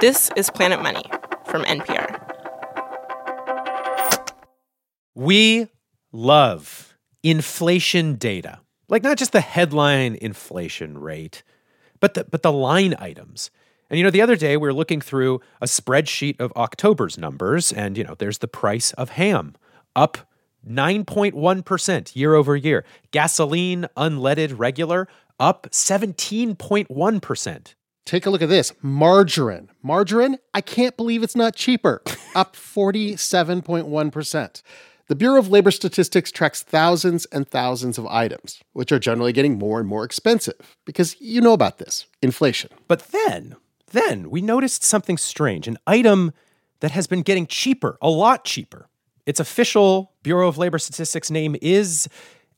This is Planet Money from NPR. We love inflation data. Like not just the headline inflation rate, but the but the line items. And you know, the other day we were looking through a spreadsheet of October's numbers, and you know, there's the price of ham up 9.1% year over year. Gasoline, unleaded, regular, up 17.1%. Take a look at this margarine. Margarine, I can't believe it's not cheaper, up 47.1%. The Bureau of Labor Statistics tracks thousands and thousands of items, which are generally getting more and more expensive because you know about this inflation. But then, then we noticed something strange an item that has been getting cheaper, a lot cheaper. Its official Bureau of Labor Statistics name is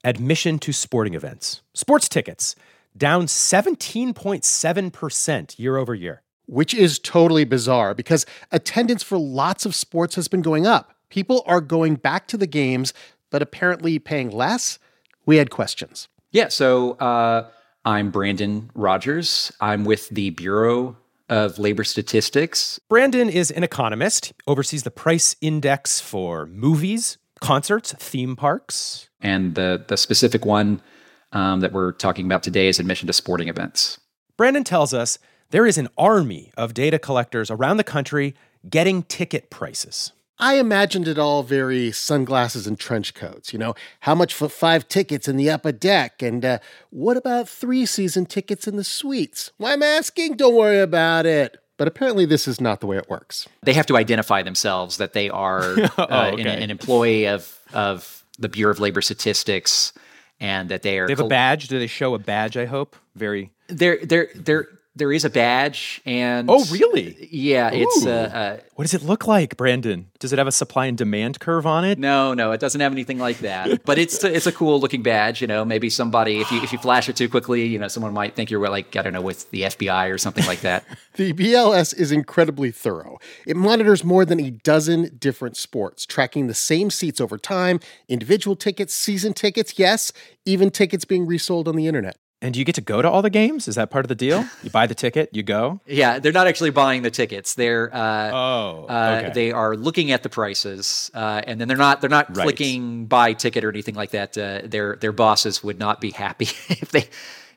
admission to sporting events. Sports tickets down 17.7% year over year. which is totally bizarre because attendance for lots of sports has been going up. People are going back to the games, but apparently paying less. We had questions. Yeah, so uh, I'm Brandon Rogers. I'm with the Bureau of Labor Statistics. Brandon is an economist, oversees the price index for movies, concerts, theme parks. And the, the specific one um, that we're talking about today is admission to sporting events. Brandon tells us there is an army of data collectors around the country getting ticket prices. I imagined it all very sunglasses and trench coats. You know, how much for five tickets in the upper deck? And uh, what about three season tickets in the suites? Why am I asking? Don't worry about it. But apparently, this is not the way it works. They have to identify themselves that they are uh, an, Oh, okay. an employee of, of the Bureau of Labor Statistics and that they are They have a col- badge. Do they show a badge? I hope. Very. there there there there is a badge and Oh, really? yeah it's uh, uh What does it look like, Brandon? Does it have a supply and demand curve on it? no no it doesn't have anything like that but it's it's a cool looking badge you know maybe somebody if you if you flash it too quickly you know someone might think you're like i don't know with the fbi or something like that The BLS is incredibly thorough. It monitors more than a dozen different sports, tracking the same seats over time, individual tickets, season tickets, yes, even tickets being resold on the internet. And do you get to go to all the games? Is that part of the deal? You buy the ticket, you go. yeah they're not actually buying the tickets they're uh Oh, uh, They are looking at the prices, uh, and then they're not they're not Right. clicking buy ticket or anything like that. Uh, their their bosses would not be happy if they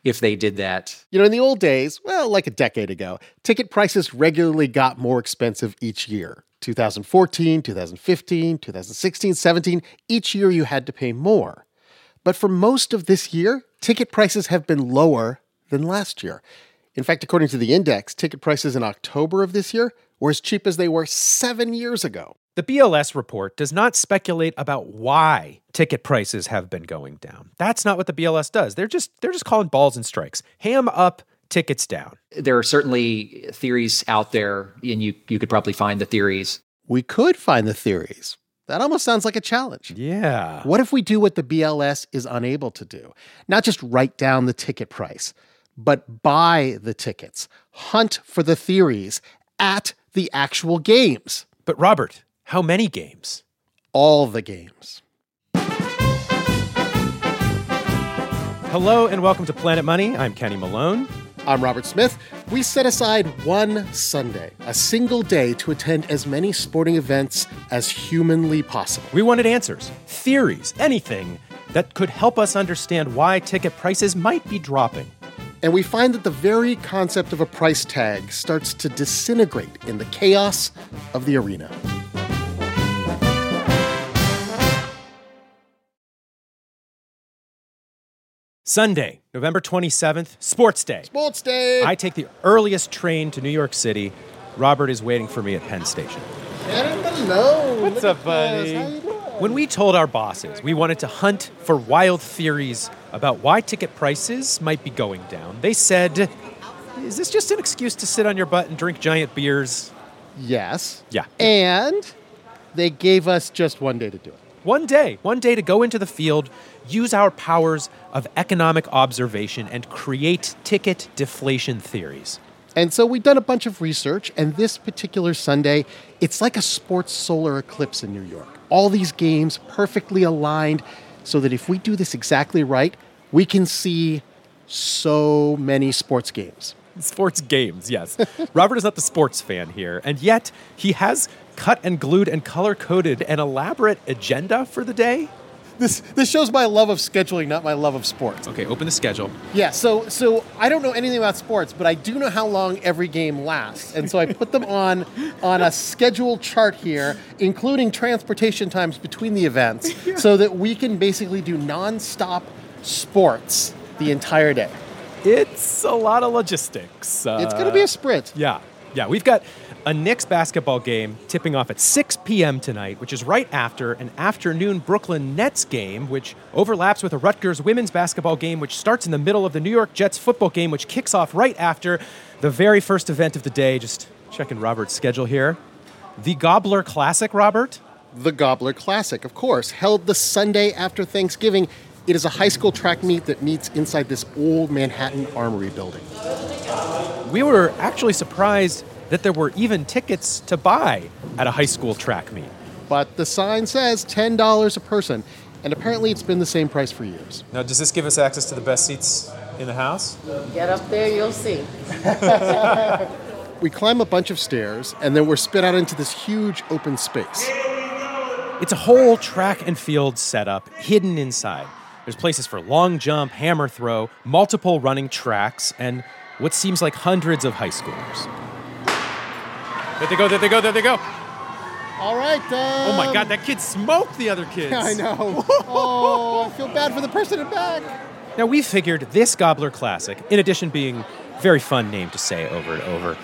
if they did that. You know, in the old days, well, like a decade ago, ticket prices regularly got more expensive each year. 2014, 2015, 2016, 17, each year you had to pay more. But for most of this year, ticket prices have been lower than last year. In fact, according to the index, ticket prices in October of this year were as cheap as they were seven years ago. The BLS report does not speculate about why ticket prices have been going down. That's not what the BLS does. They're just they're just calling balls and strikes. Ham up, tickets down. there are certainly theories out there, and you you could probably find the theories. We could find the theories. That almost sounds like a challenge. Yeah. What if we do what the BLS is unable to do? Not just write down the ticket price, but buy the tickets, hunt for the theories at the actual games, But Robert, how many games? all the games. Hello and welcome to Planet Money. I'm Kenny Malone. I'm Robert Smith. We set aside one Sunday, a single day, to attend as many sporting events as humanly possible. We wanted answers, theories, anything that could help us understand why ticket prices might be dropping. And we find that the very concept of a price tag starts to disintegrate in the chaos of the arena. Sunday, November 27th, Sports Day. Sports Day! I take the earliest train to New York City. Robert is waiting for me at Penn Station. Aaron Malone. What's Look up, at buddy? this. How you doing? When we told our bosses we wanted to hunt for wild theories about why ticket prices might be going down, they said, Is this just an excuse to sit on your butt and drink giant beers? Yes. Yeah. And they gave us just one day to do it. One day, one day to go into the field, use our powers of economic observation, and create ticket deflation theories. And so we've done a bunch of research, and this particular Sunday, it's like a sports solar eclipse in New York. All these games perfectly aligned so that if we do this exactly right, we can see so many sports games. sports games, yes. Robert is not the sports fan here, and yet he has cut and glued and color coded an elaborate agenda for the day. This this shows my love of scheduling, not my love of sports. Okay, open the schedule. Yeah, so so I don't know anything about sports, but I do know how long every game lasts, and so I put them on on a schedule chart here, including transportation times between the events, so that we can basically do nonstop sports the entire day. It's a lot of logistics. uh, It's going to be a sprint. Yeah, yeah. We've got a Knicks basketball game tipping off at 6 p.m. tonight, which is right after an afternoon Brooklyn Nets game, which overlaps with a Rutgers women's basketball game, which starts in the middle of the New York Jets football game, which kicks off right after the very first event of the day. Just checking Robert's schedule here. The Gobbler Classic, Robert. The Gobbler Classic, of course, held the Sunday after Thanksgiving. It is a high school track meet that meets inside this old Manhattan Armory building. We were actually surprised that there were even tickets to buy at a high school track meet. But the sign says $10 a person, and apparently it's been the same price for years. Now, does this give us access to the best seats in the house? Get up there, you'll see. We climb a bunch of stairs, and then we're spit out into this huge open space. It's a whole track and field setup hidden inside. There's places for long jump, hammer throw, multiple running tracks, and what seems like hundreds of high schoolers. There they go, there they go, there they go. All right. Um, Oh my god, that kid smoked the other kids. I know. oh, I feel bad for the person in back. Now, we figured this Gobbler Classic, in addition being a very fun name to say over and over,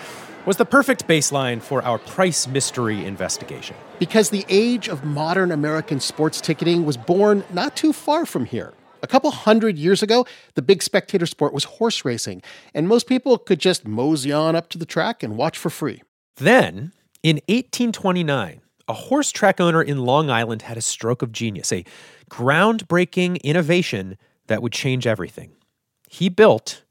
was the perfect baseline for our price mystery investigation. Because the age of modern American sports ticketing was born not too far from here. A couple hundred years ago, the big spectator sport was horse racing, and most people could just mosey on up to the track and watch for free. Then, in 1829, a horse track owner in Long Island had a stroke of genius, a groundbreaking innovation that would change everything. He built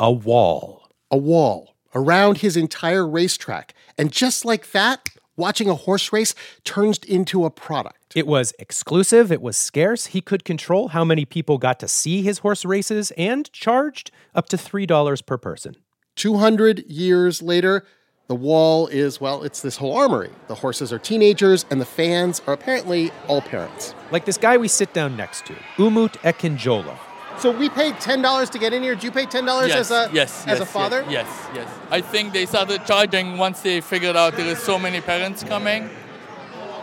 a wall. A wall around his entire racetrack, and just like that, watching a horse race turns into a product. It was exclusive, it was scarce. He could control how many people got to see his horse races and charged up to $3 per person. 200 years later, the wall is, well, it's this whole armory. The horses are teenagers, and the fans are apparently all parents. Like this guy we sit down next to, Umut Ekinjola. So we paid ten dollars to get in here. Do you pay ten dollars as a yes, as yes, a father? Yes, yes. I think they started charging once they figured out there is so many parents coming.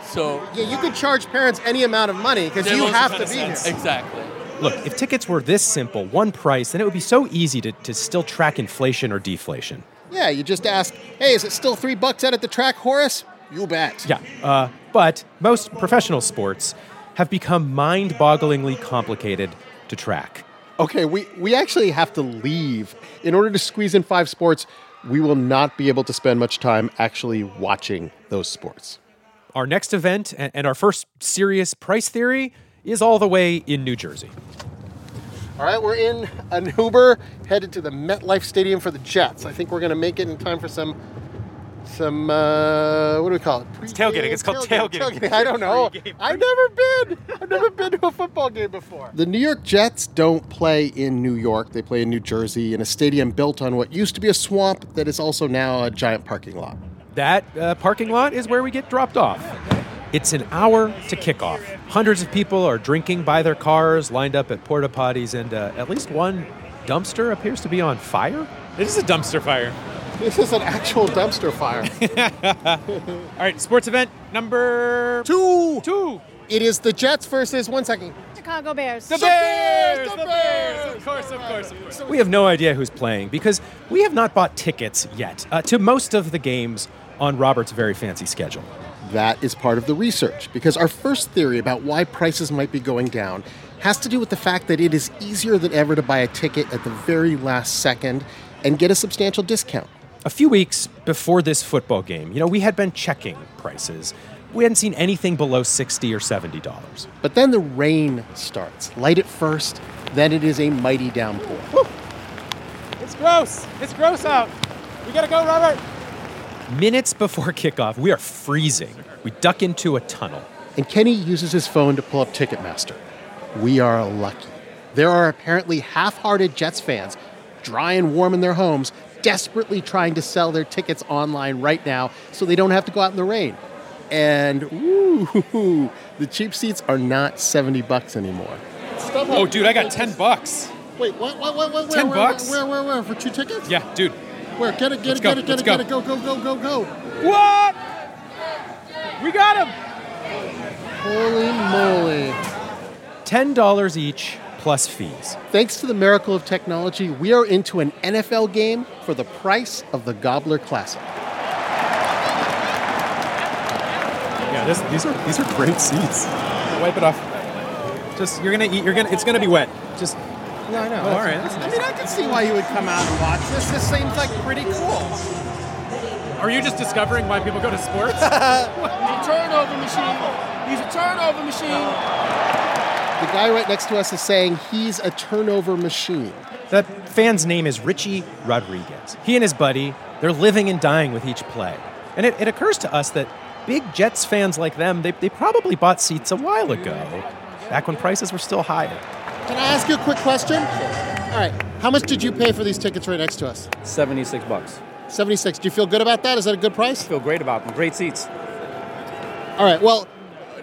So Yeah, you could charge parents any amount of money because there you was- have to be here. Exactly. Look, if tickets were this simple, one price, then it would be so easy to, to still track inflation or deflation. Yeah, you just ask, hey, is it still three bucks out at the track, Horace? You bet. Yeah, uh, but most professional sports have become mind bogglingly complicated to track. Okay, we, we actually have to leave. In order to squeeze in five sports, we will not be able to spend much time actually watching those sports. Our next event and, and our first serious price theory is all the way in New Jersey. All right, we're in an Uber headed to the MetLife Stadium for the Jets. I think we're gonna make it in time for some, some uh, what do we call it? It's tailgating. It's called tailgating. I don't know. I've never been. I've never been to a football game before. The New York Jets don't play in New York. They play in New Jersey in a stadium built on what used to be a swamp that is also now a giant parking lot. That uh, parking lot is where we get dropped off. It's an hour to kickoff. Hundreds of people are drinking by their cars, lined up at porta potties, and uh, at least one dumpster appears to be on fire. It is a dumpster fire. This is an actual dumpster fire. All right, sports event number Two. two. It is the Jets versus one second. Chicago Bears. Bears, the Bears, of course, of course, of course. We have no idea who's playing because we have not bought tickets yet uh, to most of the games on Robert's very fancy schedule. That is part of the research because our first theory about why prices might be going down has to do with the fact that it is easier than ever to buy a ticket at the very last second and get a substantial discount. A few weeks before this football game, you know, we had been checking prices. We hadn't seen anything below sixty or seventy dollars. But then the rain starts. Light at first, then it is a mighty downpour. It's gross. It's gross out. We gotta go, Robert. Minutes before kickoff, we are freezing. We duck into a tunnel. And Kenny uses his phone to pull up Ticketmaster. We are lucky. There are apparently half hearted Jets fans, dry and warm in their homes, desperately trying to sell their tickets online right now so they don't have to go out in the rain. And ooh, the cheap seats are not 70 bucks anymore. Oh, dude, I got 10 bucks. Wait, what? What? What? What? Where, 10 where, bucks? Where, where? Where? For two tickets? Yeah, dude. Where? Get it! Get Let's it! go, Get it! Get let's it! Get it! Go! Go! Go! Go! Go! What? We got him. Holy moly! $10 each plus fees. Thanks to the miracle of technology, we are into an NFL game for the price of the Gobbler Classic. Yeah, this, these are these are great seats. Wipe it off. Just you're gonna eat. You're gonna. It's gonna be wet. Just No, I know. Oh, all right. That's nice. mean, I can see why you would come out and watch this. This seems like pretty cool. Are you just discovering why people go to sports? He's a turnover machine. He's a turnover machine. The guy right next to us is saying he's a turnover machine. that fan's name is Richie Rodriguez. He and his buddy, they're living and dying with each play. And it, it occurs to us that big Jets fans like them, they, they probably bought seats a while ago, back when prices were still higher. Can I ask you a quick question? All right. How much did you pay for these tickets right next to us? 76 bucks. 76. Do you feel good about that? Is that a good price? Feel great about them. Great seats. All right. Well,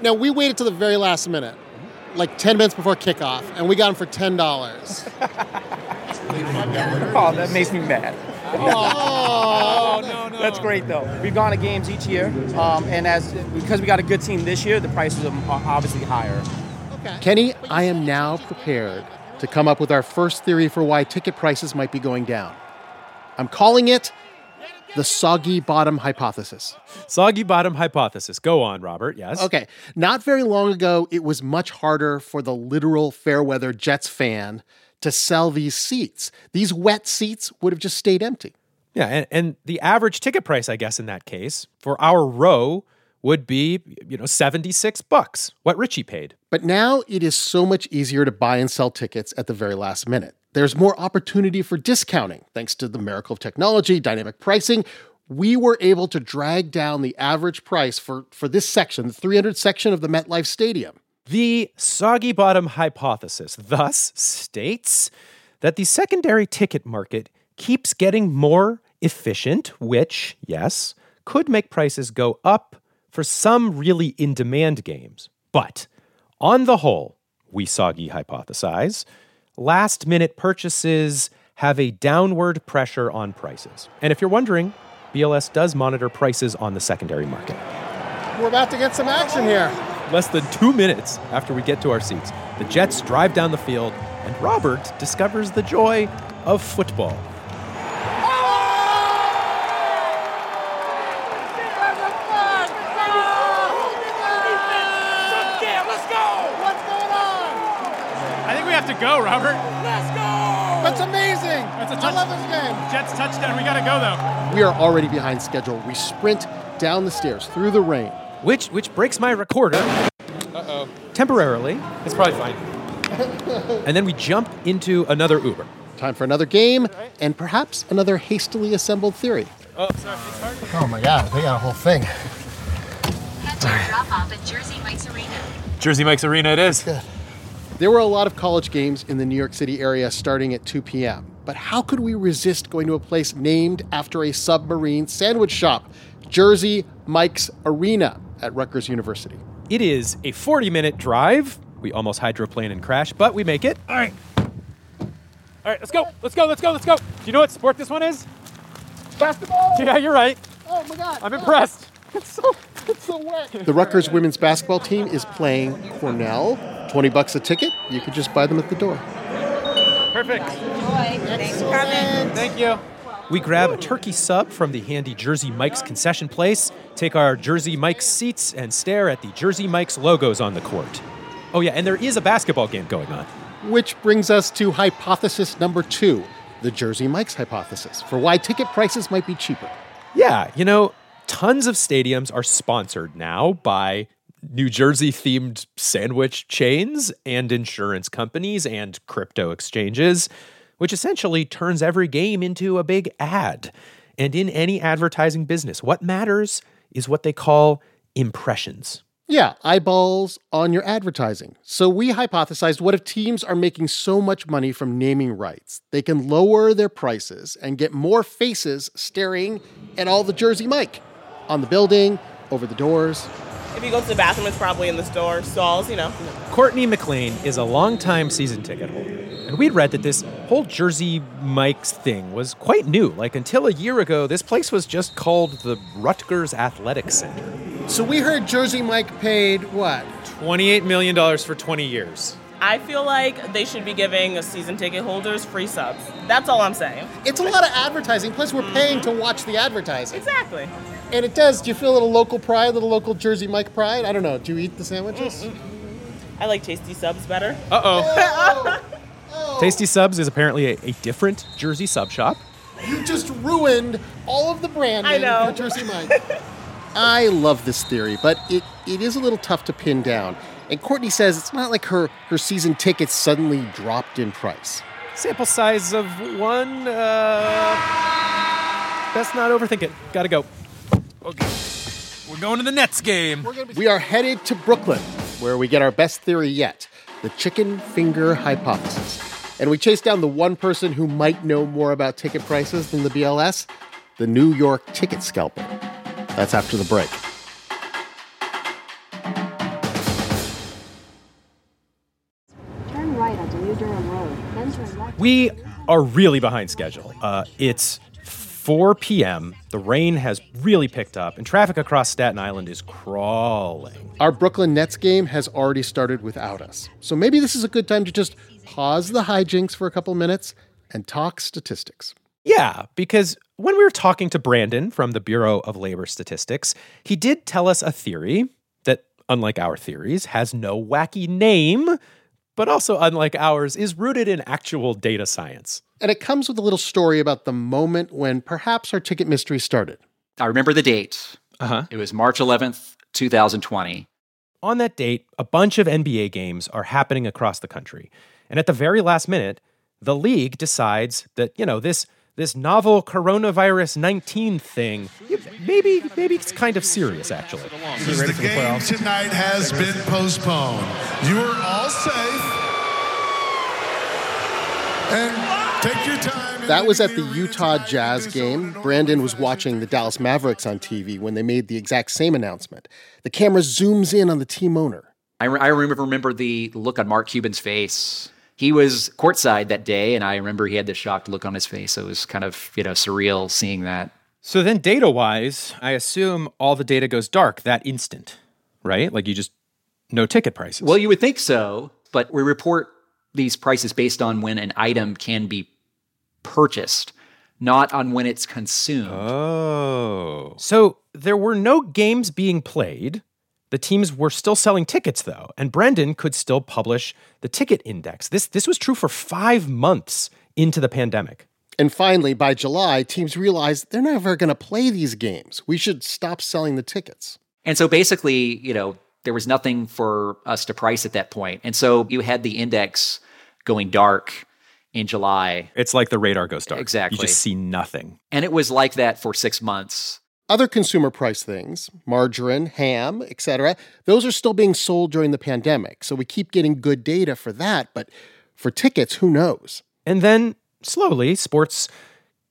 now we waited to the very last minute, like 10 minutes before kickoff, and we got them for $10. Oh, that makes me mad. oh, That's great though. We've gone to games each year, um, and as because we got a good team this year, the prices are obviously higher. Kenny, I am now prepared to come up with our first theory for why ticket prices might be going down. I'm calling it the soggy bottom hypothesis. Soggy bottom hypothesis. Go on, Robert. Yes. Okay. Not very long ago, it was much harder for the literal Fairweather Jets fan to sell these seats. These wet seats would have just stayed empty. Yeah, and, and the average ticket price, I guess, in that case for our row would be you know seventy six bucks. What Richie paid. But now it is so much easier to buy and sell tickets at the very last minute. There's more opportunity for discounting thanks to the miracle of technology, dynamic pricing. We were able to drag down the average price for, for this section, the 300 section of the MetLife Stadium. The soggy bottom hypothesis thus states that the secondary ticket market keeps getting more efficient, which, yes, could make prices go up for some really in demand games. But on the whole, we soggy hypothesize, last minute purchases have a downward pressure on prices. And if you're wondering, BLS does monitor prices on the secondary market We're about to get some action here. less than two minutes after we get to our seats, the Jets drive down the field, and Robert discovers the joy of football. I think we have to go, Robert. That's amazing. That's a touch- I love this game. Jets touchdown. We gotta go though. We are already behind schedule. We sprint down the stairs through the rain. Which which breaks my recorder. Uh-oh. Temporarily. It's probably fine. and then we jump into another Uber. Time for another game and perhaps another hastily assembled theory. Oh, my God, they got a whole thing. drop off at Jersey Mike's Arena. Jersey Mike's Arena. It is. There were a lot of college games in the New York City area starting at 2 p.m., but how could we resist going to a place named after a submarine sandwich shop, Jersey Mike's Arena at Rutgers University? It is a 40-minute drive. We almost hydroplane and crash, but we make it. All right. All right. Let's go. Let's go. Let's go. Let's go. Do you know what sport this one is? Basketball. Yeah, you're right. Oh my God! I'm impressed. It's so. It's so wet. The Rutgers women's basketball team is playing Cornell. 20 bucks a ticket. You could just buy them at the door. Perfect. Thank you. We grab a turkey sub from the handy Jersey Mike's concession place, take our Jersey Mike's seats, and stare at the Jersey Mike's logos on the court. Oh, yeah, and there is a basketball game going on. Which brings us to hypothesis number two the Jersey Mike's hypothesis for why ticket prices might be cheaper. Yeah, you know, tons of stadiums are sponsored now by New Jersey themed sandwich chains and insurance companies and crypto exchanges, which essentially turns every game into a big ad. And in any advertising business, what matters is what they call impressions. Yeah, eyeballs on your advertising. So we hypothesized what if teams are making so much money from naming rights, they can lower their prices and get more faces staring at all the Jersey Mike on the building, over the doors. If you go to the bathroom, it's probably in the store stalls, you know. Courtney McLean is a longtime season ticket holder, and we'd read that this whole Jersey Mike's thing was quite new. Like until a year ago, this place was just called the Rutgers Athletic Center. So we heard Jersey Mike paid what? $28 million for 20 years. I feel like they should be giving season ticket holders free subs. That's all I'm saying. It's a lot of advertising, plus we're paying to watch the advertising. Exactly. And it does, do you feel a little local pride, a little local Jersey Mike pride? I don't know, do you eat the sandwiches? I like tasty subs better. Uh oh. Tasty Subs is apparently a, a different Jersey sub shop. You just ruined all of the branding I know. for Jersey Mike. I love this theory, but it, it is a little tough to pin down. And Courtney says it's not like her, her season tickets suddenly dropped in price. Sample size of one. Uh, best not overthink it. Gotta go. Okay. We're going to the Nets game. We are headed to Brooklyn, where we get our best theory yet the chicken finger hypothesis. And we chase down the one person who might know more about ticket prices than the BLS the New York ticket scalper. That's after the break. Turn right onto New Durham Road, then turn left. We are really behind schedule. Uh, it's 4 p.m. The rain has really picked up, and traffic across Staten Island is crawling. Our Brooklyn Nets game has already started without us. So maybe this is a good time to just pause the hijinks for a couple minutes and talk statistics. Yeah, because when we were talking to Brandon from the Bureau of Labor Statistics, he did tell us a theory that, unlike our theories, has no wacky name, but also, unlike ours, is rooted in actual data science. And it comes with a little story about the moment when perhaps our ticket mystery started. I remember the date. Uh huh. It was March 11th, 2020. On that date, a bunch of NBA games are happening across the country. And at the very last minute, the league decides that, you know, this this novel coronavirus 19 thing, y- maybe maybe it's kind of serious actually. The game tonight has been postponed. You are all safe. And take your time. That was at the Utah Jazz game. Brandon was watching the Dallas Mavericks on TV when they made the exact same announcement. The camera zooms in on the team owner. I, re- I remember remember the look on Mark Cuban's face. He was courtside that day, and I remember he had this shocked look on his face. It was kind of you know surreal seeing that. So then data-wise, I assume all the data goes dark that instant, right? Like you just no ticket prices. Well, you would think so, but we report these prices based on when an item can be purchased, not on when it's consumed. Oh. So there were no games being played. The teams were still selling tickets though, and Brendan could still publish the ticket index. This this was true for 5 months into the pandemic. And finally, by July, teams realized they're never going to play these games. We should stop selling the tickets. And so basically, you know, there was nothing for us to price at that point. And so you had the index going dark in July. It's like the radar goes dark. Exactly. You just see nothing. And it was like that for six months. Other consumer price things, margarine, ham, etc., those are still being sold during the pandemic. So we keep getting good data for that, but for tickets, who knows? And then slowly, sports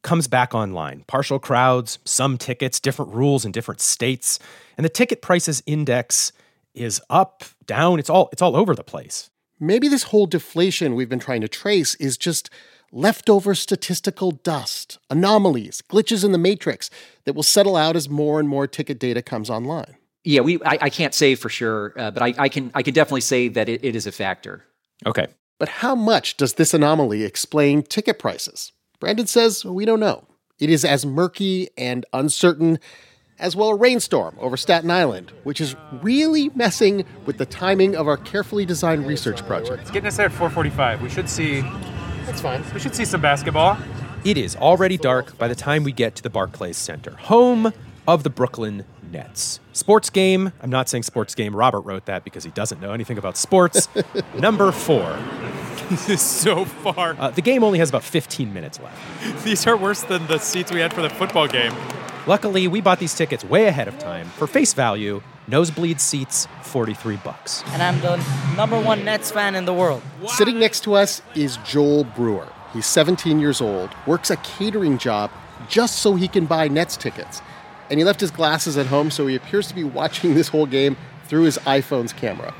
comes back online. Partial crowds, some tickets, different rules in different states, and the ticket prices index is up, down, it's all it's all over the place. Maybe this whole deflation we've been trying to trace is just leftover statistical dust, anomalies, glitches in the matrix that will settle out as more and more ticket data comes online. Yeah, we I, I can't say for sure, uh, but I, I can I can definitely say that it, it is a factor. Okay. But how much does this anomaly explain ticket prices? Brandon says we don't know. It is as murky and uncertain as well a rainstorm over Staten Island, which is really messing with the timing of our carefully designed research project. It's getting us there at 4:45. We should see That's fine. we should see some basketball. It is already dark by the time we get to the Barclays Center, home of the Brooklyn Nets. Sports game, I'm not saying sports game, Robert wrote that because he doesn't know anything about sports. Number four. This is so far. Uh, the game only has about 15 minutes left. These are worse than the seats we had for the football game. Luckily, we bought these tickets way ahead of time for face value, nosebleed seats, 43 bucks. And I'm the number one Nets fan in the world. Sitting next to us is Joel Brewer. He's 17 years old, works a catering job just so he can buy Nets tickets. And he left his glasses at home, so he appears to be watching this whole game through his iPhone's camera.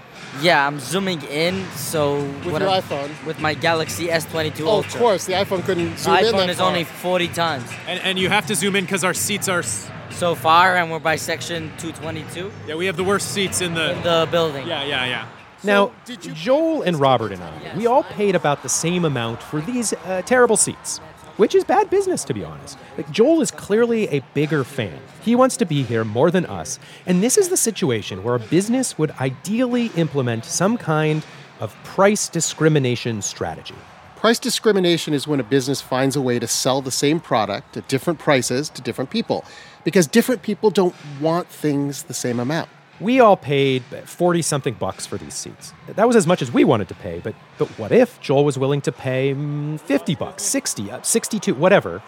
Yeah, I'm zooming in. So With what your I'm- iPhone? with my Galaxy S22 Oh, of Ultra. course, the iPhone couldn't zoom in. iPhone that is far. only 40 times. And, and you have to zoom in because our seats are. s- So far, and we're by section 222. Yeah, we have the worst seats in the. the building. Yeah, yeah, yeah. Now, Joel and Robert and I, we all paid about the same amount for these uh, terrible seats, which is bad business, to be honest. Like, Joel is clearly a bigger fan. He wants to be here more than us. And this is the situation where a business would ideally implement some kind of price discrimination strategy. Price discrimination is when a business finds a way to sell the same product at different prices to different people because different people don't want things the same amount. We all paid 40 something bucks for these seats. That was as much as we wanted to pay, but but what if Joel was willing to pay mm, 50 bucks, 60, uh, 62, whatever?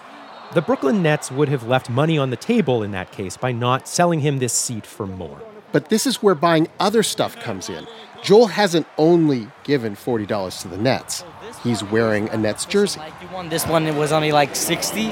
The Brooklyn Nets would have left money on the table in that case by not selling him this seat for more. But this is where buying other stuff comes in. Joel hasn't only given $40 to the Nets, he's wearing a Nets jersey. You won this one. It was only like 60,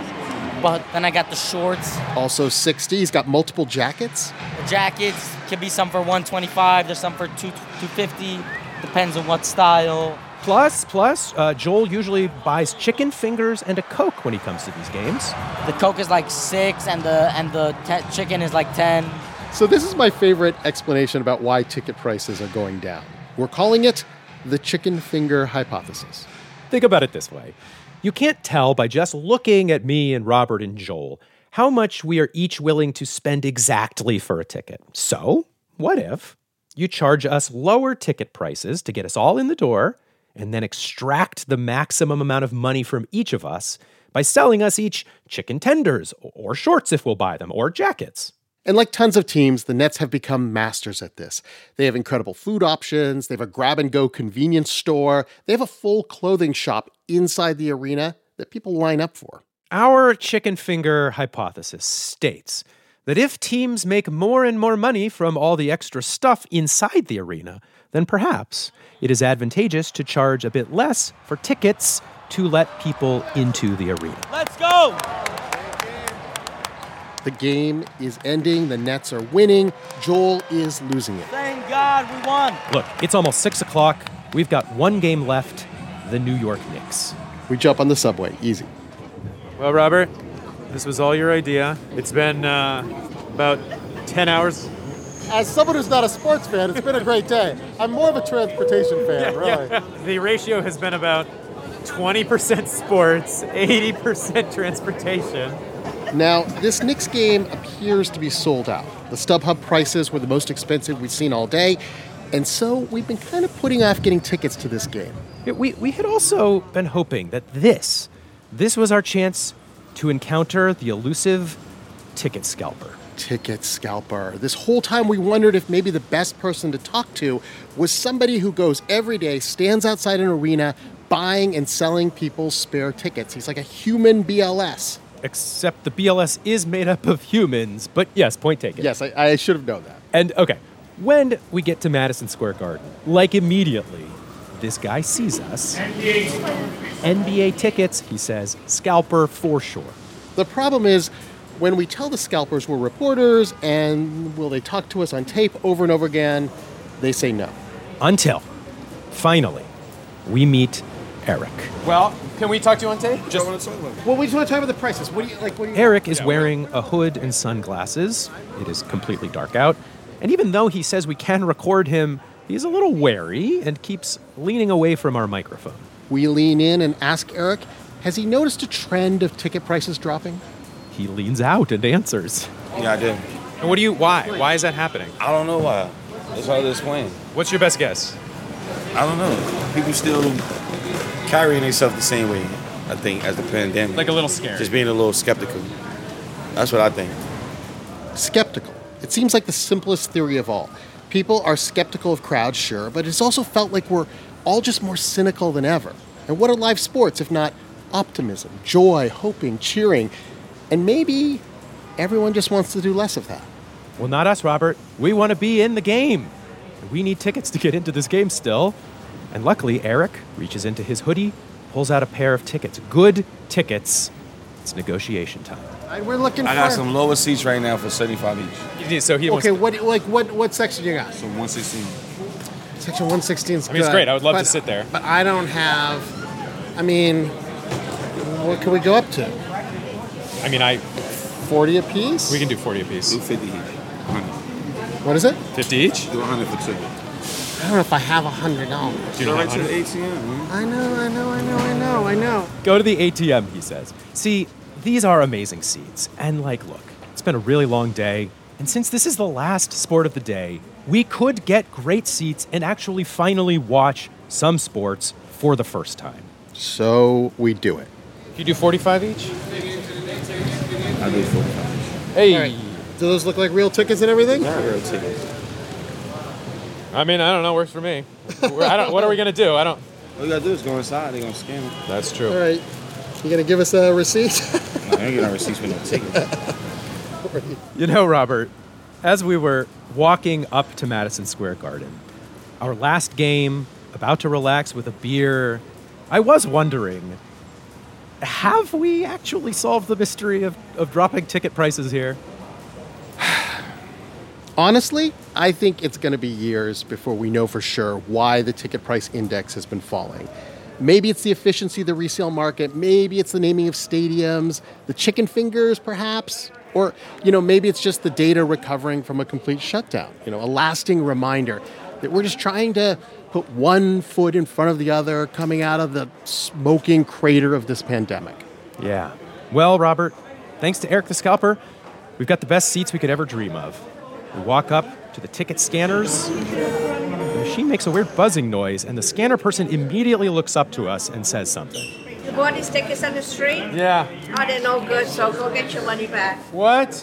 but then I got the shorts, Also, 60, he's got multiple jackets. the jackets. Could be some for 125. There's some for 2 250. Depends on what style. Plus, plus, uh, Joel usually buys chicken fingers and a Coke when he comes to these games. The Coke is like six, and the and the te- chicken is like ten. So, this is my favorite explanation about why ticket prices are going down. We're calling it the chicken finger hypothesis. Think about it this way you can't tell by just looking at me and Robert and Joel how much we are each willing to spend exactly for a ticket. So, what if you charge us lower ticket prices to get us all in the door and then extract the maximum amount of money from each of us by selling us each chicken tenders or shorts if we'll buy them or jackets? And like tons of teams, the Nets have become masters at this. They have incredible food options, they have a grab and go convenience store, they have a full clothing shop inside the arena that people line up for. Our chicken finger hypothesis states that if teams make more and more money from all the extra stuff inside the arena, then perhaps it is advantageous to charge a bit less for tickets to let people into the arena. Let's go! The game is ending, the Nets are winning, Joel is losing it. Thank God we won. Look, it's almost six o'clock. We've got one game left the New York Knicks. We jump on the subway, easy. Well, Robert, this was all your idea. It's been uh, about 10 hours. As someone who's not a sports fan, it's been a great day. I'm more of a transportation fan, really. The ratio has been about 20% sports, 80% transportation. Now, this Knicks game appears to be sold out. The StubHub prices were the most expensive we've seen all day, and so we've been kind of putting off getting tickets to this game. Yeah, We, we had also been hoping that this, this was our chance to encounter the elusive ticket scalper. ticket scalper. This whole time we wondered if maybe the best person to talk to was somebody who goes every day, stands outside an arena, buying and selling people's spare tickets. He's like a human BLS. Except the BLS is made up of humans, but yes, point taken. Yes, I, I should have known that. And okay, when we get to Madison Square Garden, like immediately, this guy sees us. NBA tickets, he says, scalper for sure. The problem is when we tell the scalpers we're reporters and will they talk to us on tape over and over again, they say no. Until finally we meet Eric. Well, can we talk to you on tape? Just Well, we just want to talk about the prices. What do you like? What do you Eric is wearing a hood and sunglasses. It is completely dark out. And even though he says we can record him, he's a little wary and keeps leaning away from our microphone. We lean in and ask Eric, has he noticed a trend of ticket prices dropping? He leans out and answers. Yeah, I did. And what do you, why? Why is that happening? I don't know why. It's hard to explain. What's your best guess? I don't know. People still carrying themselves the same way, I think, as the pandemic. Like a little scared. Just being a little skeptical. That's what I think. skeptical. It seems like the simplest theory of all. People are skeptical of crowds, sure, but it's also felt like we're all just more cynical than ever. And what are live sports if not optimism, joy, hoping, cheering, and maybe Everyone just wants to do less of that. Well, not us, Robert. We want to be in the game. We need tickets to get into this game still. And luckily, Eric reaches into his hoodie, pulls out a pair of tickets. Good tickets. It's negotiation time. we're looking I got for- some lower seats right now for 75 each. So he okay, what like what what section you got? So 116. Section 116 is I mean, it's great. I would love to sit there. But I don't have. I mean, what can we go up to? I mean, I. 40 apiece? We can do 40 apiece. Do 50 each. What is it? 50 each? Do 100 for two. I don't know if I have a hundred dollars. Go right to the ATM. I know, I know, I know, I know, I know. Go to the ATM, he says. See, these are amazing seats. And, like, look, it's been a really long day. And since this is the last sport of the day, we could get great seats and actually finally watch some sports for the first time. So we do it. You do 45 each? I do 45. Hey. Do those look like real tickets and everything? Yeah, real tickets. I mean, I don't know. Works for me. I don't, what are we going to do? I don't. All you gotta do is go inside. They gonna scan it. That's All right. You gonna give us a receipt? No, I ain't getting no receipts for no tickets. You know, Robert, as we were walking up to Madison Square Garden, our last game, about to relax with a beer, I was wondering have we actually solved the mystery of, of dropping ticket prices here? Honestly, I think it's going to be years before we know for sure why the ticket price index has been falling. Maybe it's the efficiency of the resale market, maybe it's the naming of stadiums, the chicken fingers perhaps, or you know, maybe it's just the data recovering from a complete shutdown, you know, a lasting reminder that we're just trying to put one foot in front of the other coming out of the smoking crater of this pandemic. Yeah. Well, Robert, thanks to Eric the Scalper, we've got the best seats we could ever dream of. We walk up to the ticket scanners. The machine makes a weird buzzing noise, and the scanner person immediately looks up to us and says something. You bought these tickets on the street? Yeah. Oh, they're no good, so go get your money back. What?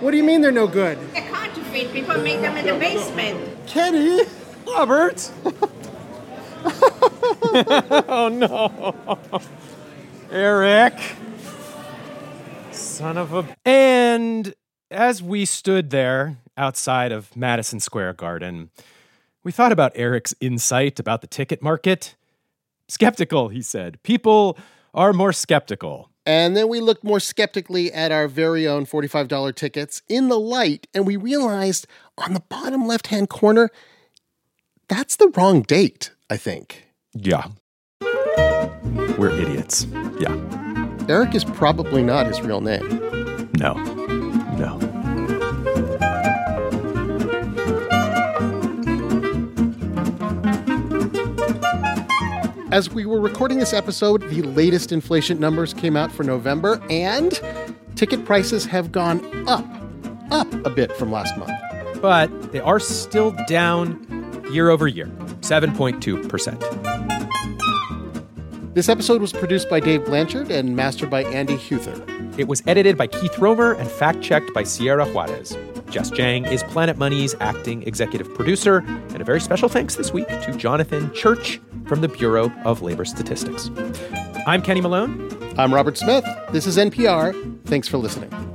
What do you mean they're no good? They're counterfeit. People make them in the basement. Kenny? Robert? oh no. Eric. Son of a. And as we stood there outside of Madison Square Garden, we thought about Eric's insight about the ticket market. Skeptical, he said. People are more skeptical. And then we looked more skeptically at our very own $45 tickets in the light, and we realized on the bottom left hand corner, that's the wrong date, I think. Yeah. We're idiots. Yeah. Eric is probably not his real name. No. No. As we were recording this episode, the latest inflation numbers came out for November, and ticket prices have gone up, up a bit from last month. But they are still down year over year 7.2%. This episode was produced by Dave Blanchard and mastered by Andy Huther. It was edited by Keith Romer and fact checked by Sierra Juarez. Jess Jang is Planet Money's acting executive producer, and a very special thanks this week to Jonathan Church from the Bureau of Labor Statistics. I'm Kenny Malone. I'm Robert Smith. This is NPR. Thanks for listening.